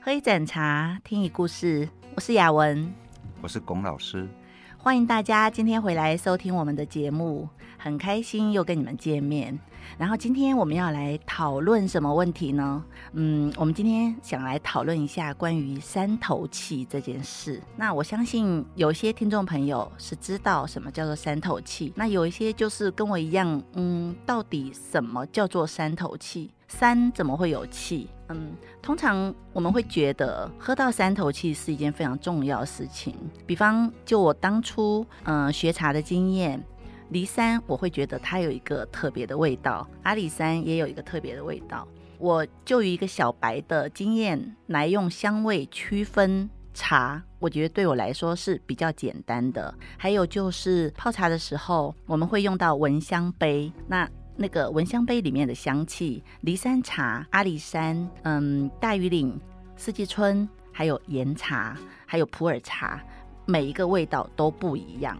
喝一盏茶，听一故事。我是雅文，我是龚老师。欢迎大家今天回来收听我们的节目，很开心又跟你们见面。然后今天我们要来讨论什么问题呢？嗯，我们今天想来讨论一下关于三头气这件事。那我相信有些听众朋友是知道什么叫做三头气，那有一些就是跟我一样，嗯，到底什么叫做三头气？三怎么会有气？嗯，通常我们会觉得喝到三头气是一件非常重要的事情。比方，就我当初嗯、呃学茶的经验，离山我会觉得它有一个特别的味道，阿里山也有一个特别的味道。我就以一个小白的经验来用香味区分茶，我觉得对我来说是比较简单的。还有就是泡茶的时候，我们会用到蚊香杯，那那个蚊香杯里面的香气，离山茶、阿里山、嗯、大余岭、四季春，还有岩茶，还有普洱茶，每一个味道都不一样。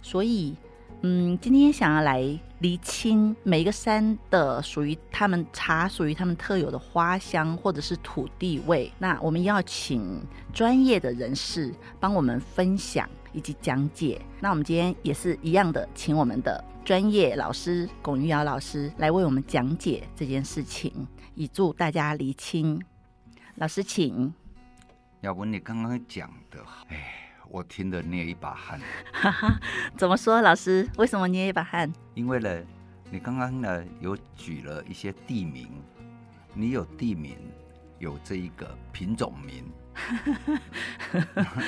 所以，嗯，今天想要来厘清每一个山的属于他们茶属于他们特有的花香或者是土地味。那我们要请专业的人士帮我们分享以及讲解。那我们今天也是一样的，请我们的专业老师龚玉瑶老师来为我们讲解这件事情，以助大家厘清。老师，请。要不你刚刚讲的，哎，我听得捏一把汗，哈哈，怎么说？老师，为什么捏一把汗？因为呢，你刚刚呢有举了一些地名，你有地名，有这一个品种名，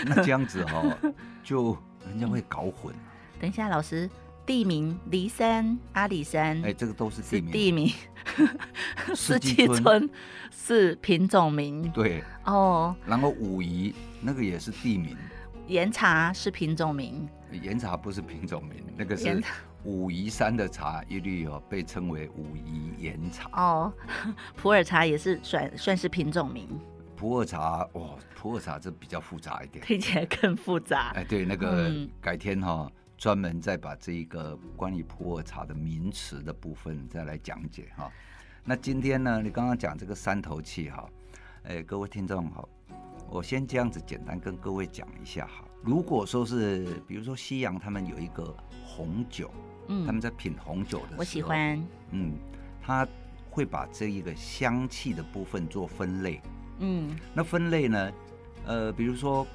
那 这样子哦，就人家会搞混。等一下，老师，地名骊山、阿里山、哎，这个都是嗯地是名，地名，四四季季春春是品种名对。哦，然后武夷那个也是地名，岩茶是品种名，岩茶不是品种名，那个岩是武夷山的茶，一律哦被称为武夷岩茶。哦，普洱茶也是算算是品种名，普洱茶，哇，普洱茶这比较复杂一点。听起来更复杂。哎，对，那个嗯改天哈、专门再把这一个关于普洱茶的名词的部分再来讲解哈、那今天呢，你刚刚讲这个三头气哈、哎，各位听众哈、我先这样子简单跟各位讲一下哈。如果说是，比如说西洋他们有一个红酒，他们嗯，在品红酒的时候，我喜，欢，嗯，他会把这一个香气的部分做分类。嗯，那分类呢？呃，比如说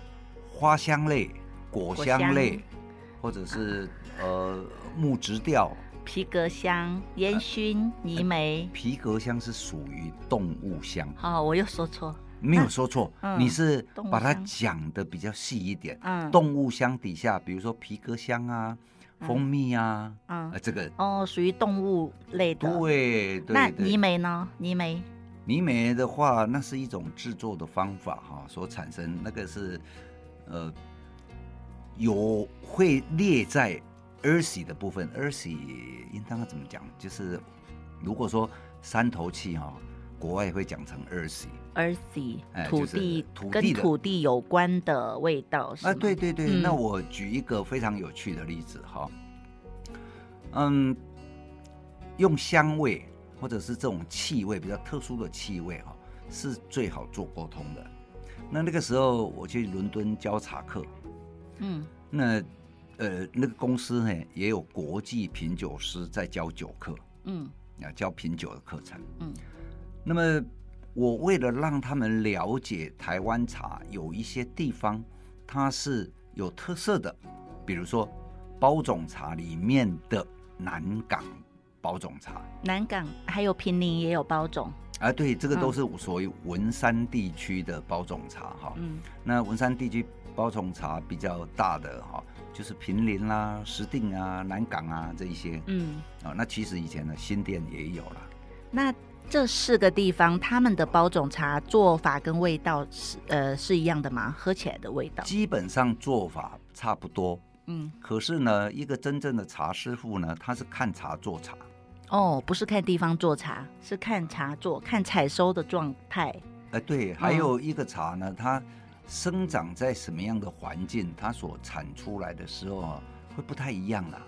花香类、果香类，果香啊或者是呃木质调。皮革香、烟熏、泥煤。皮革香是属于动物香，哦，我又说错，没有说错，嗯你是动物把它香讲的比较细一点。嗯，动物香底下，比如说皮革香啊、蜂蜜啊，嗯呃，，这个哦，属于动物类的。对那对泥对。煤呢？泥煤，泥煤的话，那是一种制作的方法哈、所产生那个是，呃，有会列在 earthy 的部分，earthy 应当要怎么讲？就是如果说三头气哈、国外会讲成 earthy earthy，、哎土就是地土跟地的土地有关的味道是吗？啊，对，对对，嗯那我举一个非常有趣的例子哈、嗯，用香味或者是这种气味比较特殊的气味哈、是最好做沟通的。那那个时候我去伦敦教茶课，嗯那呃那个公司呢也有国际品酒师在教酒课嗯啊，教品酒的课程。嗯那么我为了让他们了解台湾茶有一些地方它是有特色的，比如说包种茶里面的南港包种茶，南港还有平林也有包种，啊，对，这个嗯都是所谓文山地区的包种茶哈。嗯那文山地区包种茶比较大的哈，就是平林啦、石碇啊、南港啊这一些嗯。啊、那其实以前呢，新店也有啦。那这四个地方他们的包种茶做法跟味道是呃是一样的吗？喝起来的味道？基本上做法差不多，嗯可是呢，一个真正的茶师傅呢，他是看茶做茶。哦，不是看地方做茶，是看茶做，看采收的状态。呃，对，还有一个茶呢，它生长在什么样的环境，它所产出来的时候啊，会不太一样啦。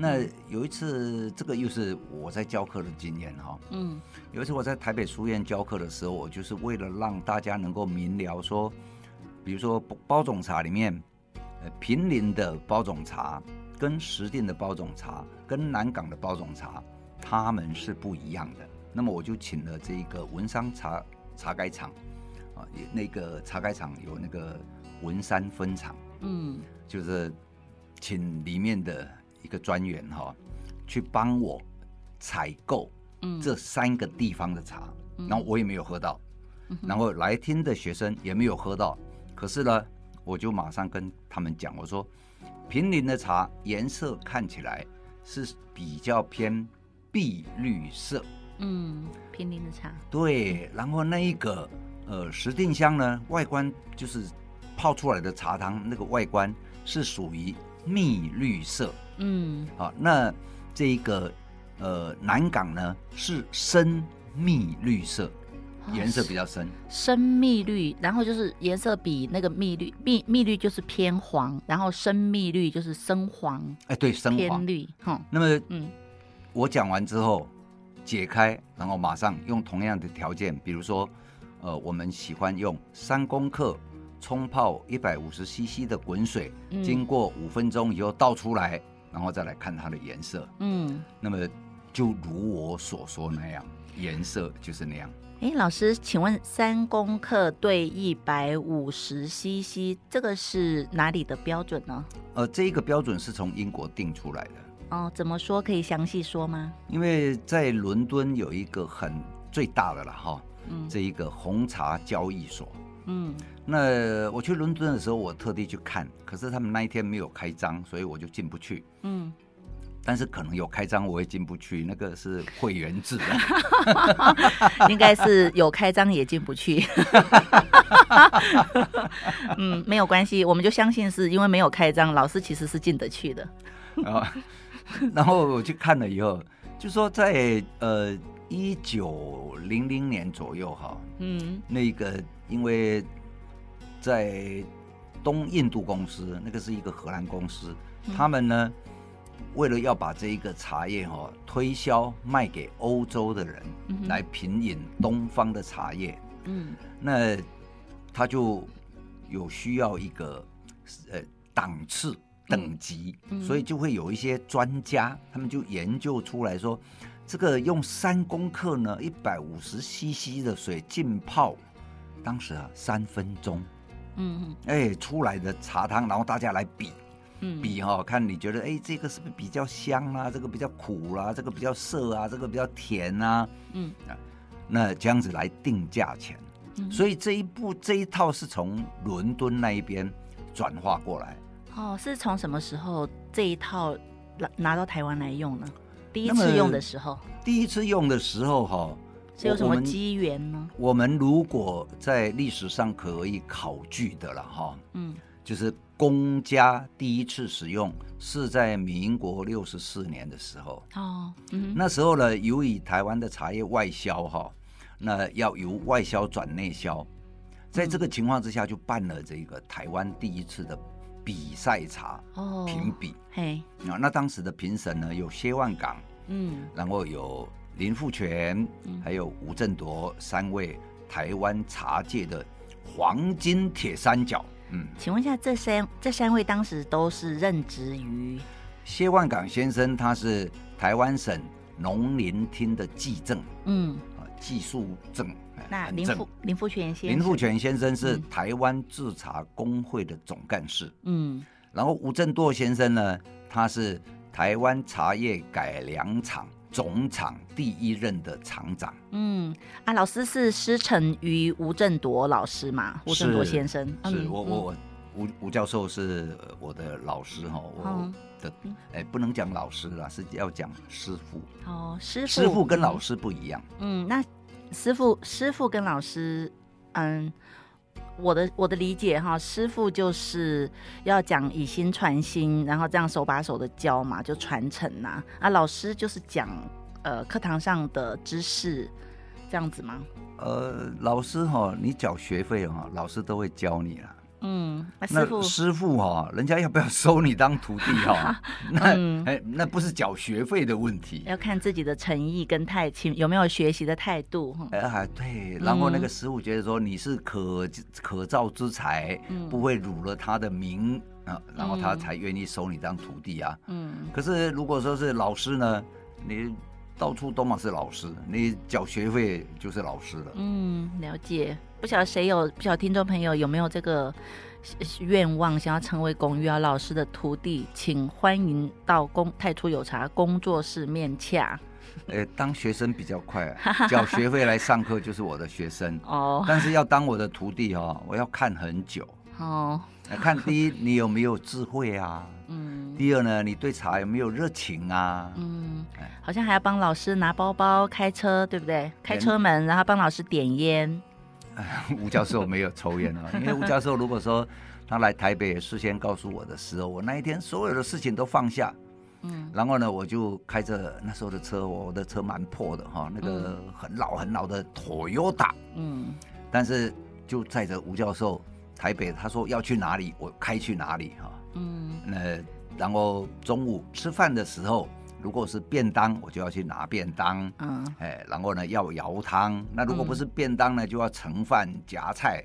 那有一次，这个又是我在教课的经验哈、嗯有一次我在台北书院教课的时候，我就是为了让大家能够明了说，比如说包种茶里面，呃，平林的包种茶跟石碇的包种茶跟南港的包种茶，它们是不一样的。那么我就请了这个文山茶茶改厂，啊，也那个茶改厂有那个文山分厂，嗯就是请里面的一个专员哈、去帮我采购嗯，这三个地方的茶，嗯然后我也没有喝到，嗯哼然后来听的学生也没有喝到。可是呢，我就马上跟他们讲，我说平林的茶颜色看起来是比较偏碧绿色，嗯，平林的茶，对，然后那一个呃石定香呢，外观就是泡出来的茶汤，那个外观是属于蜜绿色，嗯啊，那这一个呃南港呢是深蜜绿色，啊嗯颜色比较深，哦深蜜绿，然后就是颜色比那个蜜绿，蜜蜜绿就是偏黄，然后深蜜绿就是深黄哎，对，深偏黄。绿，哈，那么嗯我讲完之后，解开，然后马上用同样的条件，比如说，呃，我们喜欢用三公克冲泡一百五十 CC 的滚水，嗯经过五分钟以后倒出来，然后再来看它的颜色。嗯。那么就如我所说那样，颜色就是那样。哎，老师，请问三公克兑一百五十 CC，这个是哪里的标准呢？呃，这一个标准是从英国定出来的。哦，怎么说？可以详细说吗？因为在伦敦有一个很最大的了哈，嗯这一个红茶交易所。嗯那我去伦敦的时候，我特地去看，可是他们那一天没有开张，所以我就进不去。 嗯，但是可能有开张，我也进不去，那个是会员制的。应该是有开张也进不去。 嗯，没有关系，我们就相信是因为没有开张，老师其实是进得去的。然后，啊 然后我去看了以后，就说在呃一九零零年左右哈，嗯那个因为在东印度公司，那个是一个荷兰公司，嗯他们呢为了要把这一个茶叶哈、哦、推销卖给欧洲的人、嗯哼来品饮东方的茶叶，嗯那他就有需要一个呃档次等级，嗯所以就会有一些专家，他们就研究出来说，这个用三公克呢一百五十 CC 的水浸泡，当时啊三分钟，嗯哎出来的茶汤，然后大家来比。嗯，比哈、看你觉得哎，这个是不是比较香啦、这个比较苦啦、这个比较涩啊，这个比较甜啊，嗯那这样子来定价钱。嗯所以这一部这一套是从伦敦那一边转化过来。哦，是从什么时候这一套拿拿到台湾来用呢？第一那么次用的时候第一次用的时候哈，是有什我么们机缘呢？我们如果在历史上可以考据的了哈，嗯就是公家第一次使用是在民国六十四年的时候。哦嗯哼那时候呢，由于台湾的茶叶外销哈，那要由外销转内嗯销，在这个情况之下，就办了这个台湾第一次的比赛茶哦评比嘿啊。那当时的评审呢，有谢万港，嗯然后有林富全嗯，还有吴振铎三位台湾茶界的黄金铁三角。嗯，请问一下，这三这三位当时都是任职于谢万港先生他是台湾省农林厅的技正嗯，啊，技术正。哎那很林正富林富全先生林富全先生是嗯台湾制茶工会的总干事，嗯然后吴振铎先生呢，他是台湾茶叶改良厂总厂第一任的厂长。嗯啊，老师是师承于吴振铎老师嘛？吴振铎是先生是嗯我嗯我我吴吴教授是呃我的老师哈，我嗯的哎不能讲老师啦，是要讲师傅。哦，师傅师傅跟老师师不一样，嗯，那师傅师傅跟老师嗯。我的我的理解哈，师傅就是要讲以心传心，然后这样手把手的教嘛，就传承呐、啊。老师就是讲呃课堂上的知识，这样子吗？呃，老师哈，你缴学费哈，老师都会教你啦。嗯，那师傅那师傅哈、人家要不要收你当徒弟哈、那、嗯哎，那不是缴学费的问题。要看自己的诚意跟态情，有没有学习的态度。哼哎、啊，对，然后那个嗯师傅觉得说你是可可造之才，嗯不会辱了他的名啊，然后他嗯才愿意收你当徒弟啊。嗯可是如果说是老师呢，你到处都嘛是老师，你缴学费就是老师了。嗯，了解。不晓得谁有，不晓得听众朋友有没有这个呃愿望，想要成为龚玉瑶老师的徒弟，请欢迎到工太初有茶工作室面洽。，哎，当学生比较快、缴学费来上课就是我的学生哦但是要当我的徒弟哦，我要看很久，哦， 看第一你有没有智慧啊，嗯第二呢你对茶有没有热情啊， 嗯哎，好像还要帮老师拿包包、开车，对不对？开哎车门，然后帮老师点烟。吴教授没有抽烟啊，因为吴教授如果说他来台北事先告诉我的时候，我那一天所有的事情都放下，嗯然后呢，我就开着那时候的车，我的车蛮破的哈，那个很老很老的 Toyota，嗯但是就载着吴教授台北，他说要去哪里，我开去哪里哈。嗯那然后中午吃饭的时候，如果是便当，我就要去拿便当。嗯哎，然后呢要舀汤，那如果不是便当呢，就要盛饭夹菜。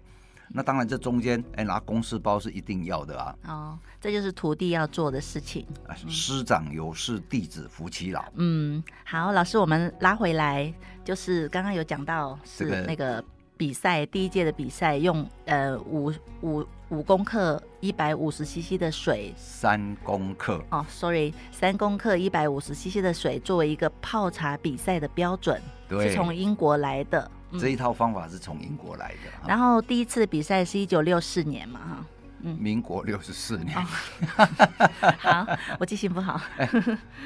那当然，这中间哎拿公事包是一定要的啊。哦，这就是徒弟要做的事情。啊师长有事，弟子服其劳。嗯，好，老师，我们拉回来，就是刚刚有讲到这个是那个比赛，第一届的比赛用呃五五五公克一百五十 CC 的水。三公克，哦，sorry，三公克一百五十 CC 的水作为一个泡茶比赛的标准，对，是从英国来的。嗯这一套方法是从英国来的，啊然后第一次比赛是一九六四年嘛，民国六十四啊年，哈， 好，我记性不好，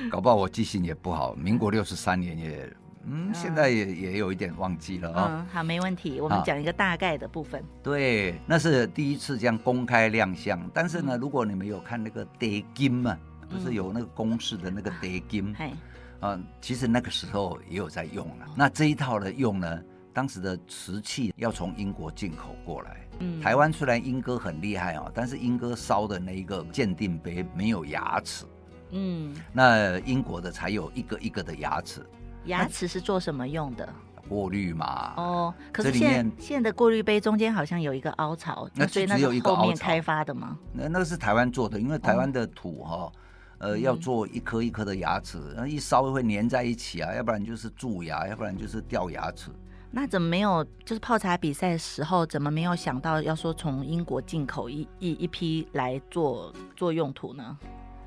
搞不好我记性也不好，民国六十三年也，嗯，嗯现在也也有一点忘记了啊、嗯，好，没问题，我们好嗯讲一个大概的部分，对，那是第一次这样公开亮相，但是呢，嗯如果你们有看那个 day 金嘛，不是嗯有那个公式的那个 day 金嘿，啊，其实那个时候也有在用哦了。那这一套的用呢，当时的瓷器要从英国进口过来。嗯，台湾虽然英哥很厉害哦，但是英哥烧的那一个鉴定杯没有牙齿，嗯，那英国的才有一个一个的牙齿牙齿是做什么用的？过滤嘛。哦，可啊这是里现面现在的过滤杯中间好像有一个凹槽，那所以只那有是一个后面凹槽开发的吗？那那个是台湾做的，因为台湾的土哈、哦，呃，嗯要做一颗一颗的牙齿，那一烧会粘在一起啊，要不然就是蛀牙，要不然就是掉牙齿。那怎么没有？就是泡茶比赛的时候，怎么没有想到要说从英国进口一一一批来做做用途呢？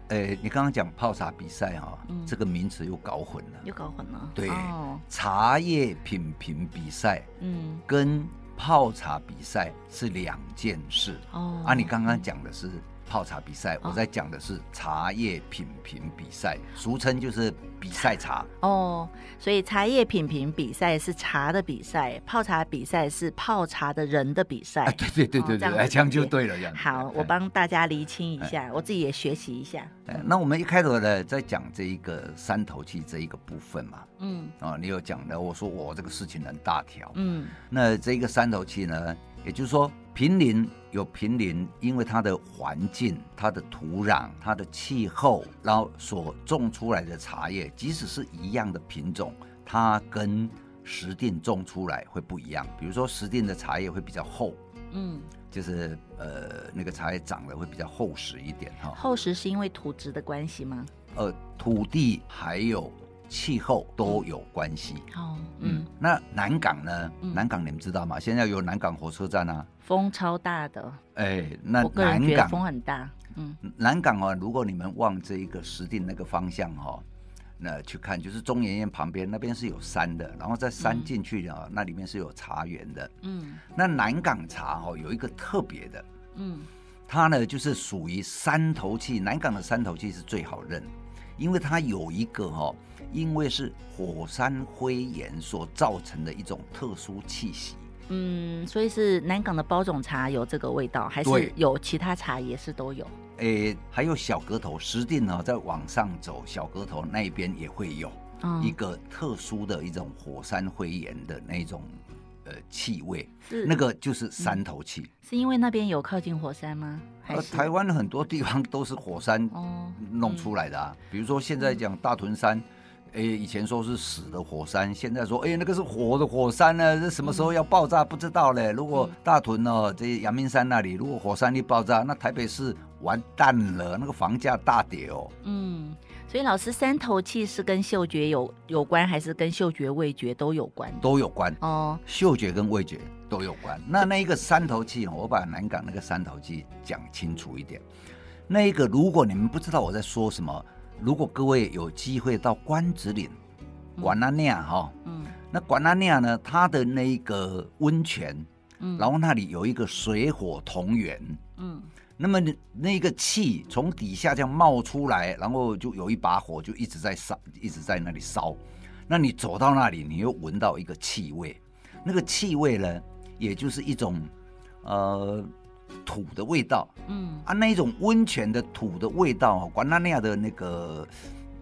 诶，你刚刚讲泡茶比赛哈、嗯这个名词又搞混了。又搞混了。对哦，茶叶品评比赛嗯，跟泡茶比赛是两件事。哦，啊，你刚刚讲的是泡茶比赛，哦我在讲的是茶叶品评比赛，俗称就是比赛茶。哦，所以茶叶品评比赛是茶的比赛，泡茶比赛是泡茶的人的比赛。哎，对对对哦对这样对，子哎，这样就理解对了，哎这样子。好，我哎帮大家厘清一下，我自己也学习一下。哎那我们一开头呢，在讲这一个三头气这一个部分嘛，嗯啊，你有讲的，我说我这个事情很大条。嗯那这个三头气呢，也就是说，平林有平林，因为它的环境、它的土壤、它的气候，然后所种出来的茶叶，即使是一样的品种，它跟石定种出来会不一样。比如说石定的茶叶会比较厚，嗯，就是呃那个茶叶长得会比较厚实一点哈、厚实是因为土质的关系吗？呃，土地还有气候都有关系。哦，嗯嗯，，那南港呢？嗯南港你们知道吗？现在有南港火车站啊，风超大的，哎，那我个人南觉得风港，很大。嗯南港哦，如果你们往这一个石定那个方向哦，那去看，就是中研院旁边那边是有山的，然后在山嗯进去啊、那里面是有茶园的。嗯那南港茶哦，有一个特别的，嗯它呢就是属于山头气，南港的山头气是最好认，因为它有一个哈、哦，因为是火山灰岩所造成的一种特殊气息。嗯，所以是南港的包种茶有这个味道，还是对有其他茶也是都有？诶，还有小格头，石定呢、再往上走，小格头那边也会有一嗯个特殊的一种火山灰岩的那种呃气味，是那个就是山头气。是因为那边有靠近火山吗？嗯还呃，是、台湾很多地方都是火山哦，弄出来的啊，嗯比如说现在讲大屯山。诶，以前说是死的火山，现在说诶那个是活的火山呢、这什么时候要爆炸不知道嗯嘞。如果大屯哦，这阳明山那里如果火山一爆炸，那台北市完蛋了，那个房价大跌哦。嗯，所以老师三头气是跟嗅觉有有关，还是跟嗅觉、味觉都有关？都有关，哦，嗅觉跟味觉都有关。那那一个三头气哦，我把南港那个三头气讲清楚一点。那一个，如果你们不知道我在说什么，如果各位有机会到关子岭、嗯管阿亚哈，嗯那管阿亚呢，它的那一个温泉，嗯，然后那里有一个水火同源。嗯那么你那个气从底下这样冒出来，然后就有一把火就一直在烧，一直在那里烧。那你走到那里，你又闻到一个气味，那个气味呢，也就是一种呃土的味道嗯啊，那一种温泉的土的味道啊，管那那样的那个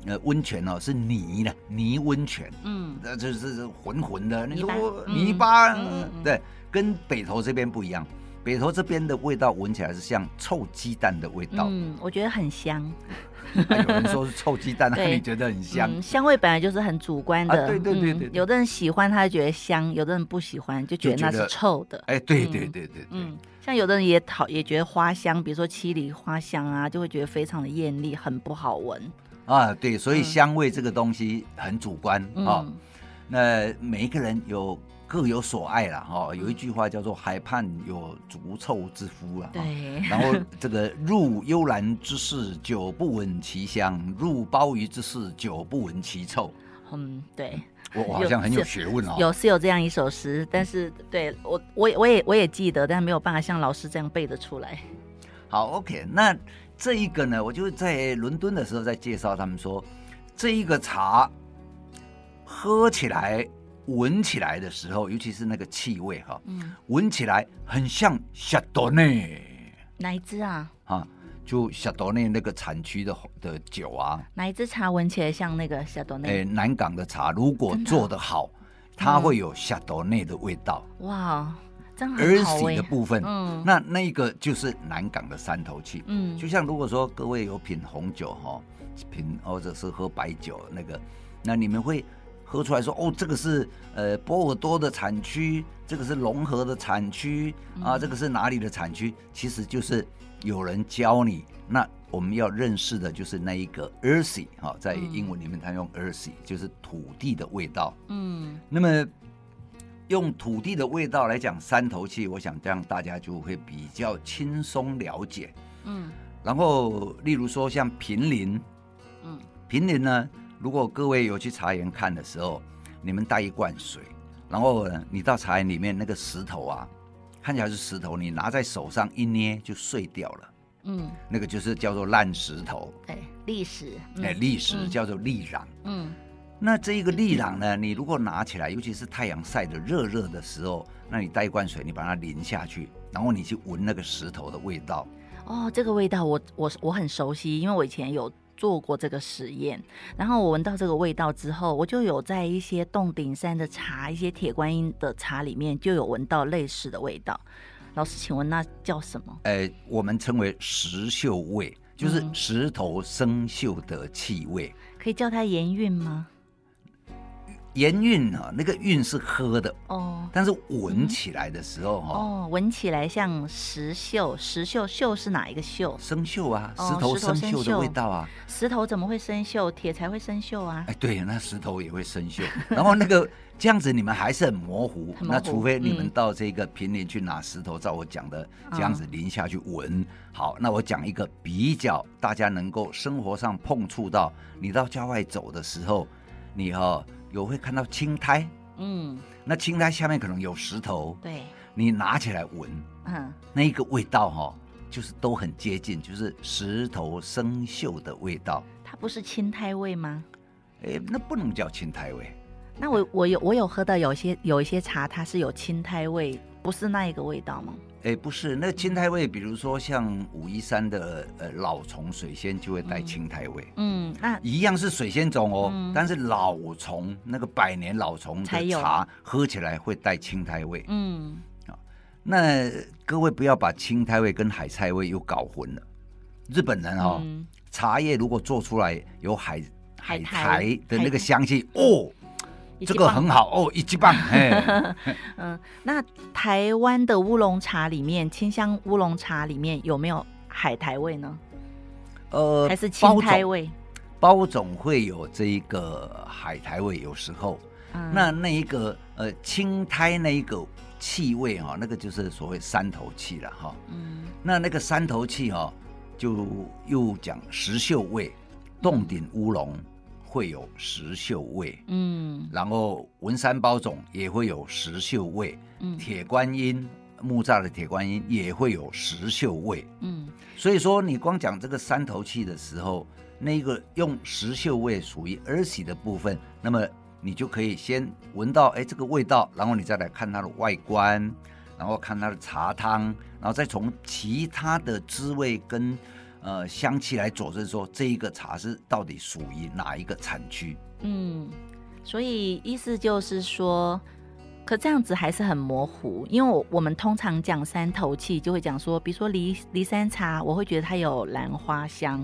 呃温泉哦、是泥的泥温泉，嗯那就是浑浑的，你泥巴说嗯泥巴，嗯嗯嗯对，跟北投这边不一样。北投这边的味道闻起来是像臭鸡蛋的味道，嗯，我觉得很香，那有人说是臭鸡蛋，那对你觉得很香？嗯，香味本来就是很主观的，啊对对对嗯对对有的人喜欢他觉得香，有的人不喜欢就觉得就觉那得是臭的，哎，对对对对对，嗯，像有的人也讨也觉得花香，比如说七里花香啊，就会觉得非常的艳丽，很不好闻，啊对，所以嗯香味这个东西很主观啊、嗯、那每一个人有各有所爱啦，哈、嗯有一句话叫做“海畔有足臭之夫”啦，哈对，然后这个入幽兰之室，久不闻其香；入鲍鱼之室，久不闻其臭。嗯对。我我好像很有有学问哦。有是有这样一首诗，但是对我我也我也我也记得，但没有办法像老师这样背得出来。好，OK，那这一个呢，我就在伦敦的时候在介绍他们说，这一个茶喝起来、闻起来的时候，尤其是那个气味哈、嗯，闻起来很像夏多内哪一支啊？啊，就夏多内那个产区的的酒啊，哪一支茶闻起来像那个夏多内？诶，南港的茶如果嗯真的啊做得好，它会有夏多内的味道，哇，真儿很好媳哎的。部分，嗯那那个就是南港的山头气。嗯就像如果说各位有品红酒哈、品或者是喝白酒那个，那你们会喝出来说哦，这个是呃波尔多的产区，这个是龙河的产区啊，嗯这个是哪里的产区？其实就是有人教你。那我们要认识的就是那一个 earthy 哈、在嗯英文里面它用 earthy 就是土地的味道。嗯那么用土地的味道来讲三头气，我想这样大家就会比较轻松了解。嗯然后，例如说像平林，嗯平林呢，如果各位有去茶园看的时候，你们带一罐水，然后呢，你到茶园里面那个石头啊，看起来是石头，你拿在手上一捏就碎掉了，嗯，那个就是叫做烂石头，对，历史。嗯哎、砾石嗯叫做砾壤。嗯那这一个利朗呢，你如果拿起来，尤其是太阳晒得热热的时候，那你带一罐水，你把它淋下去，然后你去闻那个石头的味道，哦，这个味道我我我很熟悉，因为我以前有做过这个实验。然后我闻到这个味道之后，我就有在一些洞顶山的茶、一些铁观音的茶里面就有闻到类似的味道。老师，请问那叫什么？呃，我们称为石锈味，就是嗯石头生锈的气味。可以叫它盐韵吗？盐韵啊，那个韵是喝的，哦但是闻起来的时候哈、哦，闻起来像石锈，石锈锈是哪一个锈？生锈啊，哦石头石头生生锈的锈味道啊，石头怎么会生锈？铁才会生锈啊。哎，对，那石头也会生锈。然后那个这样子，你们还是很模糊。很模糊那除非你们嗯到这个平林去拿石头，照我讲的这样子淋下去闻。好，那我讲一个比较大家能够生活上碰触到，你到郊外走的时候，你哈、哦、有会看到青苔，嗯，那青苔下面可能有石头，对，你拿起来闻，嗯那一个味道哈、哦，就是都很接近，就是石头生锈的味道。它不是青苔味吗？哎，那不能叫青苔味。那我我有我有喝到有些有一些茶，它是有青苔味，不是那一个味道吗？哎，不是，那青苔味，比如说像五一三的呃老虫水仙就会带青苔味，嗯，那一样是水仙种哦，嗯但是老虫那个百年老虫才的有茶喝起来会带青苔味。嗯那各位不要把青苔味跟海菜味又搞混了。日本人哦，嗯茶叶如果做出来有海海海苔苔的那海个香气，哦，一这级个棒很好哦，一级棒， 哎，嗯。那台湾的乌龙茶里面，清香乌龙茶里面有没有海苔味呢？呃还是青苔包总味？包总会有这一个海苔味，有时候。嗯那那一个呃青苔那一个气味哦哈、那个就是所谓山头气了哈、嗯那那个山头气哈、就又讲石秀味，洞顶乌龙会有石秀味，嗯然后文山包种也会有石秀味，嗯铁观音木栅的铁观音也会有石秀味。嗯所以说，你光讲这个三头气的时候，那个用石秀味属于儿媳的部分，那么你就可以先闻到哎这个味道，然后你再来看它的外观，然后看它的茶汤，然后再从其他的滋味跟呃香气来佐证说这一个茶是到底属于哪一个产区。嗯。所以意思就是说，可这样子还是很模糊，因为我我们通常讲三头气，就会讲说，比如说离离山茶，我会觉得它有兰花香；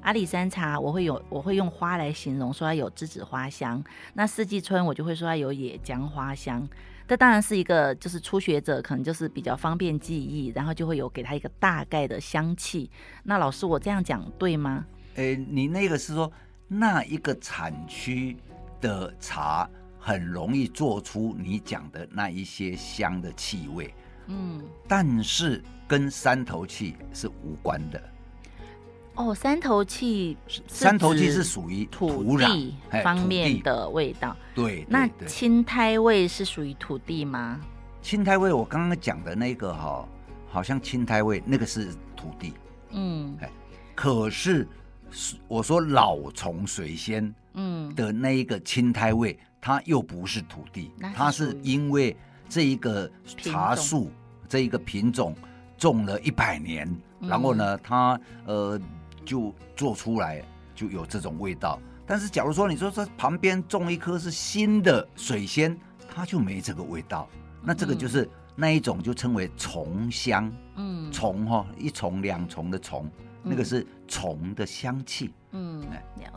阿里山茶，我会有我会用花来形容，说它有栀子花香；那四季春，我就会说它有野姜花香。这当然是一个，就是初学者可能就是比较方便记忆，然后就会有给他一个大概的香气。那老师，我这样讲对吗？哎，你那个是说那一个产区的茶很容易做出你讲的那一些香的气味。嗯，但是跟三头气是无关的。哦，三头气是三头气指是属于土土壤地哎方土面地的味道。对，那对对青苔味是属于土地吗？青苔味，我刚刚讲的那个哈、好像青苔味那个是土地，嗯哎可是是我说老虫水仙嗯的那一个青苔味，它又不是土地那，是它属于是因为这一个品茶种树这一个品种种了一百年，嗯然后呢，它呃就做出来就有这种味道。但是假如说你说这旁边种一棵是新的水仙，它就没这个味道，那这个嗯就是那一种就称为虫香，嗯虫哈、哦、一虫两虫的虫，那个嗯是虫的香气。嗯，了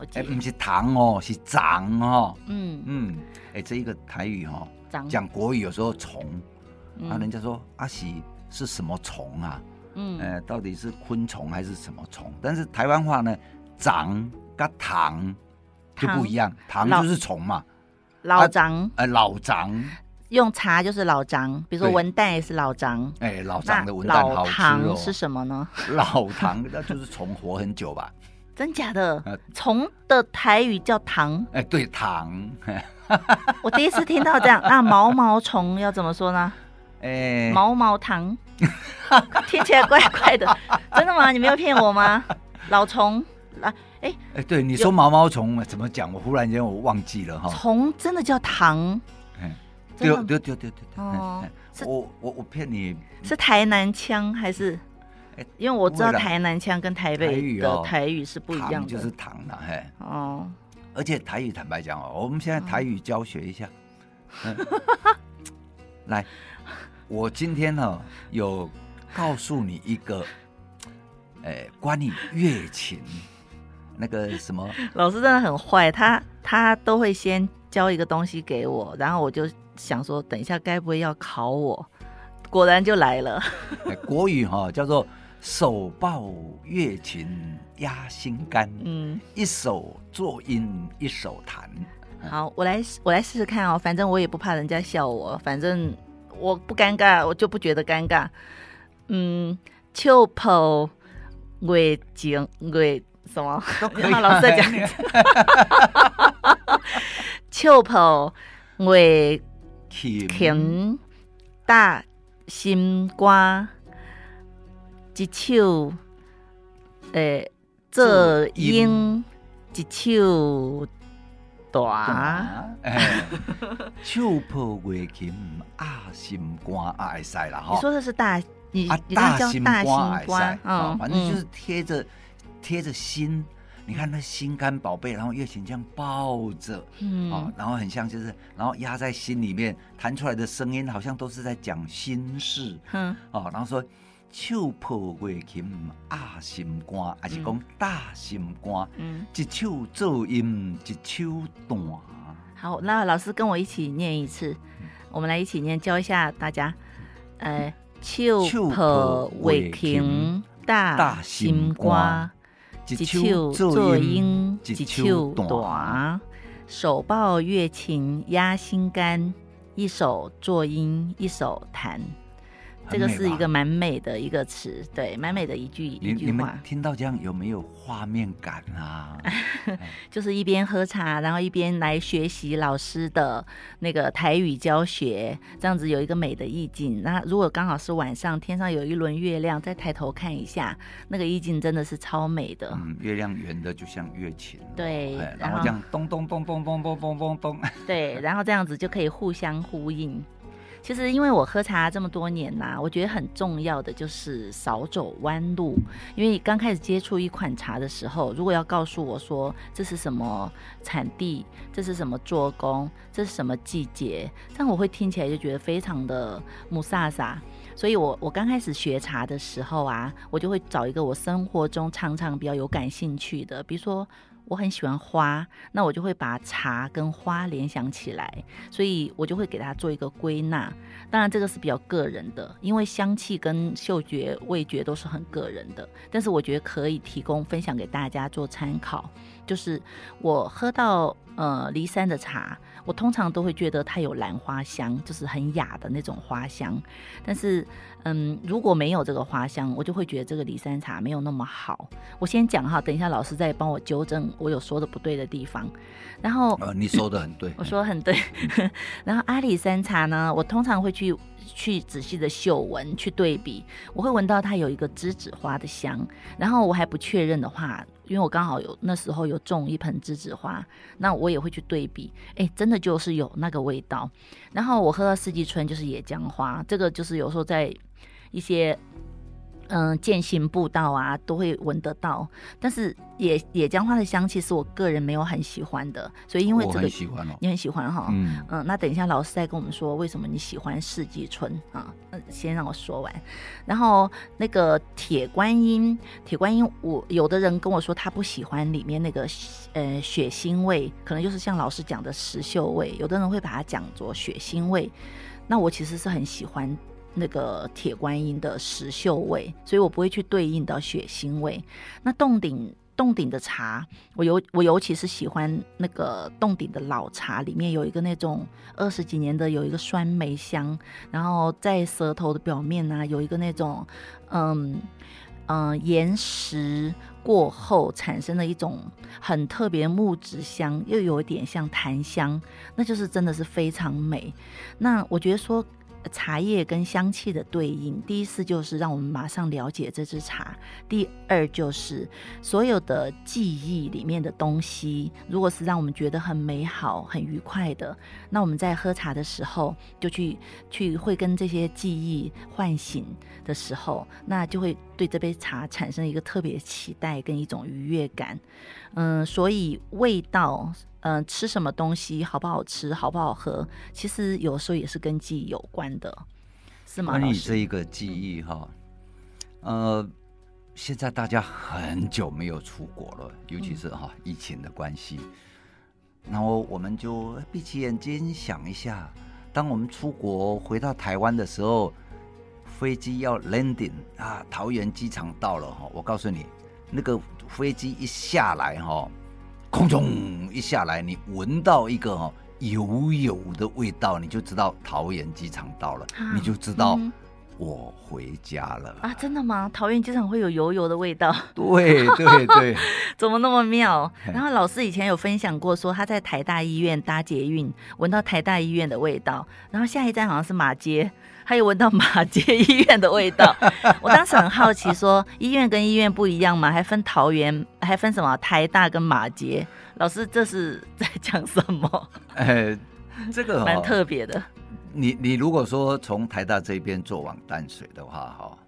哎、解。不是糖哦，是长哦。嗯，嗯，哎、这一个台语哈、哦，长讲国语有时候虫、啊，人嗯家说阿喜是什么虫啊？嗯呃，到底是昆虫还是什么虫？但是台湾话呢，长跟糖就不一样，糖老就是虫嘛，老张呃，老长，用茶就是老张，比如说对文旦也是老张。哎、老那长的文旦老好糖吃是哦，什么呢？老糖那就是虫活很久吧？真假的呃？虫的台语叫糖，哎、对， 糖，哎、我第一次听到这样。那毛毛虫要怎么说呢？哎毛毛糖， 听起来怪怪的，真的吗？你没有骗我 吗？老虫啊，哎，哎、对，你说毛毛虫怎么讲？我忽然间我忘记了哈。虫真的叫糖，哎真对的对对对对对，哦哎是我我我骗你，是台南腔还是哎？因为我知道不会啦台南腔跟台台北语的哦台语是不一样糖的，就是糖了，嘿，哦，而且台语坦白讲哦，我们现在台语教学 一下，嗯来，我今天呢、哦、有告诉你一个，哎，关于乐琴那个 什么，老师真的很坏，他他都会先教一个东西给我，然后我就想说，等一下该不会要考我？果然就来了，哎国语哈、哦、叫做手抱乐琴压心肝，嗯。一手作音一手弹。嗯好，我来试我来试试看哦，反正我也不怕人家笑我，反正我不尴尬，我就不觉得尴尬。嗯，秋跑月景月什么？都可以让老师 再讲 一次。秋跑月琴嗯琴大心肝，一手诶做做音，一手大。啊， 哎，手抱月琴压心肝啊，会使啦你吼。说的是大你啊，你大那叫心大瓜心哎瓜塞，啊嗯，反正嗯就是贴着贴着心，你看那心肝宝贝，然后月琴这样抱着嗯啊，然后很像就是，然后压在心里面弹出来的声音，好像都是在讲心事哼啊，然后说。手抱月琴压心肝，还是讲大心肝，嗯，一手奏音，一手弹。好，那老师跟我一起念一次，我们来一起念，教一下大家。呃，手手抱抱为月琴琴，大大心心瓜瓜，一手做音，一手弹，手抱月琴压心肝，一手做音，一手弹。这很个美是一吧个蛮美的一个词，对，蛮美的一句你一你句们话，听到这样有没有画面感 啊？就是一边喝茶，然后一边来学习老师的那个台语教学，这样子有一个美的意境。那如果刚好是晚上，天上有一轮月亮，再抬头看一下，那个意境真的是超美的。嗯，月亮圆的就像月琴哦，对哎然然后后这样咚咚咚咚咚咚咚咚 咚，对，然后这样子就可以互相呼应。其实，因为我喝茶这么多年呐、我觉得很重要的就是少走弯路。因为刚开始接触一款茶的时候，如果要告诉我说这是什么产地，这是什么做工，这是什么季节，这样我会听起来就觉得非常的木飒飒。所以我我刚开始学茶的时候啊，我就会找一个我生活中常常比较有感兴趣的，比如说我很喜欢花，那我就会把茶跟花联想起来，所以我就会给它做一个归纳。当然，这个是比较个人的，因为香气跟嗅觉、味觉都是很个人的。但是我觉得可以提供分享给大家做参考，就是我喝到呃骊山的茶，我通常都会觉得它有兰花香，就是很雅的那种花香。但是，嗯，如果没有这个花香，我就会觉得这个骊山茶没有那么好。我先讲哈，等一下老师再帮我纠正我有说的不对的地方。然后呃，你说的很对，我说很对。 然后阿里山茶呢，我通常会去去仔细的嗅闻，去对比，我会闻到它有一个栀子花的香。然后我还不确认的话，因为我刚好有那时候有种一盆栀子花，那我也会去对比，哎，真的就是有那个味道。然后我喝到四季春就是野姜花，这个就是有时候在一些。嗯，践行步道啊，都会闻得到。但是野野姜花的香气是我个人没有很喜欢的，所以因为我这很个喜欢哦，你很喜欢哈。嗯嗯，那等一下老师再跟我们说为什么你喜欢四季春啊？嗯，先让我说完。然后那个铁观音，铁观音，我有的人跟我说他不喜欢里面那个呃血腥味，可能就是像老师讲的石锈味，有的人会把它讲作血腥味。那我其实是很喜欢那个铁观音的石锈味，所以我不会去对应到血腥味。那洞顶洞顶的茶，我尤我尤其是喜欢那个洞顶的老茶，里面有一个那种二十几年的有一个酸梅香，然后在舌头的表面呢、有一个那种嗯嗯、呃岩石过后产生的一种很特别木质香，又有一点像檀香，那就是真的是非常美。那我觉得说。呃茶叶跟香气的对应，第一次就是让我们马上了解这支茶，第二就是所有的记忆里面的东西，如果是让我们觉得很美好、很愉快的，那我们在喝茶的时候，就去去会跟这些记忆唤醒的时候，那就会对这杯茶产生一个特别的期待跟一种愉悦感。嗯，所以味道，嗯，吃什么东西好不好吃、好不好喝，其实有时候也是跟记忆有关的，是吗？关老于师这一个记忆哈，呃，现在大家很久没有出国了，尤嗯其是哈疫情的关系，然后我们就闭起眼睛想一下，当我们出国回到台湾的时候，飞机要 landing 啊，桃园机场到了哈，我告诉你，那个飞机一下来哈，空中一下来，你闻到一个哈。油油的味道，你就知道桃园机场到了，啊你就知道嗯我回家了。啊，真的吗？桃园机场会有油油的味道。对对 对，怎么那么妙？嘿然后老师以前有分享过，说他在台大医院搭捷运，闻到台大医院的味道，然后下一站好像是马街，他又闻到马街医院的味 道。我当时很好奇说，医院跟医院不一样吗？还分桃园，还分什么台大跟马街？老师这是在讲什么？呃，这个蛮哈、特别的。你你如果说从台大这边坐往淡水的话哈、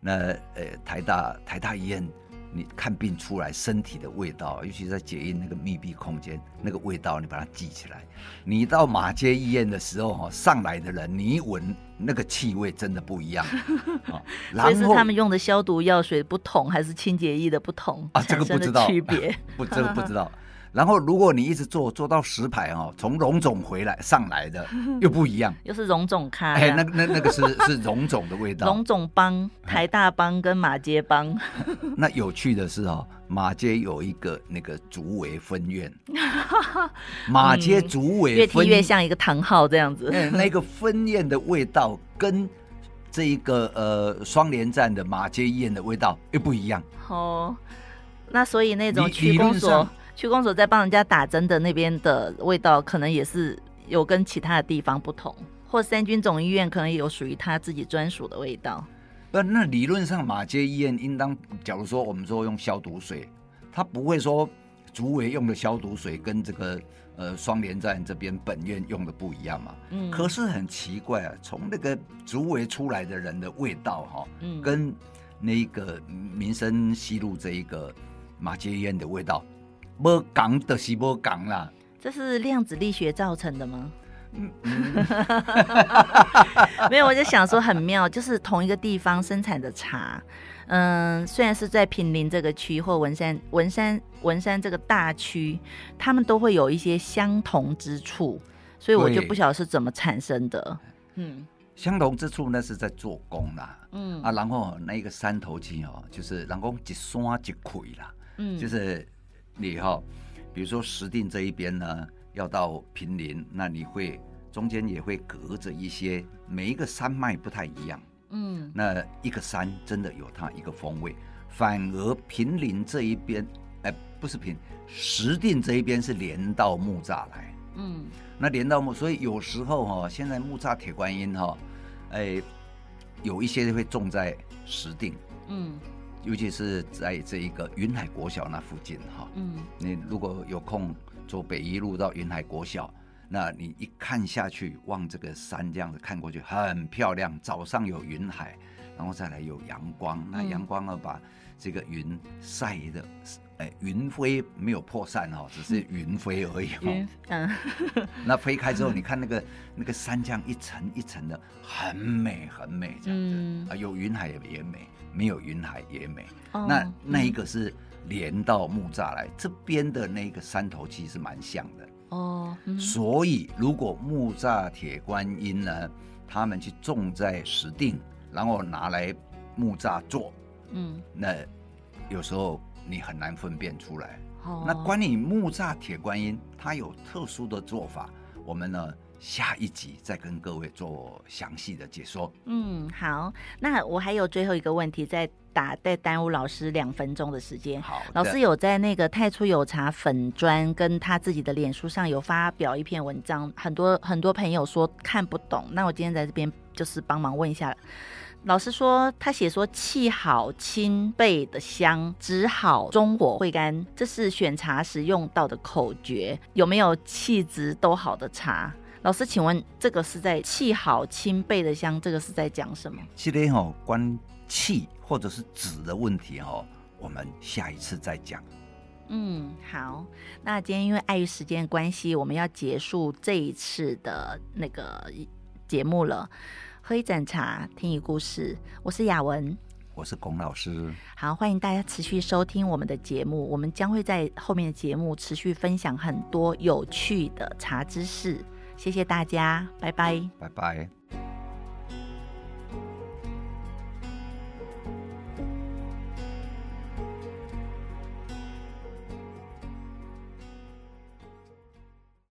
那呃，台大台大医院，你看病出来身体的味道，尤其在解印那个密闭空间，那个味道你把它记起来。你到马街医院的时候哈，上来的人你一闻那个气味真的不一样。 哦、所以是他们用的消毒药水不同，还是清洁液的不同啊，这个不知道区别 不，这个不 知道。然后如果你一直做做到十排哦，从荣总回来上 来的又不一样。又是荣总咖， 哎，那那那个是是荣总的味道哎荣。总帮、台大帮跟马街帮，那有趣的是哦，马街有一个那个竹围分 院，马街竹嗯越围听分越像一个唐昊这样子。 哎那个分院的味道跟这一个呃双连站的马街医院的味道又不一样。哦，那所以那种理区理公论所上，区公所在帮人家打针的那边的味道，可能也是有跟其他的地方不同，或三军总医院可能也有属于他自己专属的味道。那那理论上马街医院应当，假如说我们说用消毒水，它不会说竹围用的消毒水跟这个呃双连站这边本院用的不一样嘛。嗯，可是很奇怪啊，从那个竹围出来的人的味道哈、嗯跟那个民生西路这一个马街烟的味道，无讲就是无讲啦。这是量子力学造成的吗？嗯嗯 没有，我就想说很妙，就是同一个地方生产的茶，嗯，虽然是在平林这个区或文山、文山、文山这个大区，他们都会有一些相同之处，所以我就对不晓得是怎么产生的。嗯相同之处那是在做工啦。嗯啊，然后那一个山头气哦，就是人讲一山一溃啦，嗯就是你哈、比如说石定这一边呢，要到平林，那你会中间也会隔着一些，每一个山脉不太一样。嗯那一个山真的有它一个风味，反而平林这一边，哎、不是平，石定这一边是连到木栅来，嗯那连到木，所以有时候哈、哦，现在木栅铁观音哈、哦，哎，有一些会种在石定，嗯尤其是在这一个云海国小那附近哈、嗯你如果有空走北一路到云海国小，那你一看下去，望这个山这样子看过去，很漂亮。早上有云海，然后再来有阳光，那嗯阳光要把这个云晒的，哎、云飞没有破散哦，只是云飞而已、哦 云。嗯那飞开之后，你看那个那个山这样一层一层的，很美很美这样子。嗯啊，有云海也美，没有云海也美。哦那那一个是连到木栅来，这边的那个山头其实蛮像的。哦嗯所以如果木栅铁观音呢，他们去种在石定，然后拿来木栅做，嗯那有时候你很难分辨出来。哦那关于木栅铁观音，它有特殊的做法，我们呢下一集再跟各位做详细的解说。嗯，好，那我还有最后一个问题，再打再耽误老师两分钟的时间。好的，老师有在那个太初有茶粉砖跟他自己的脸书上有发表一篇文章，很多很多朋友说看不懂，那我今天在这边就是帮忙问一下。老师说，他写说气好清肺的香，止好中火会干，这是选茶时用到的口诀。有没有气质都好的茶？老师，请问这个是在气好清肺的香，这个是在讲什么？这类吼关气或者是子的问题哦，我们下一次再讲。嗯，好。那今天因为碍于时间关系，我们要结束这一次的那个节目了。喝一盏茶，听一故事。我是雅文，我是龚老师，好，欢迎大家持续收听我们的节目，我们将会在后面的节目持续分享很多有趣的茶知识。谢谢大家，拜拜。拜拜。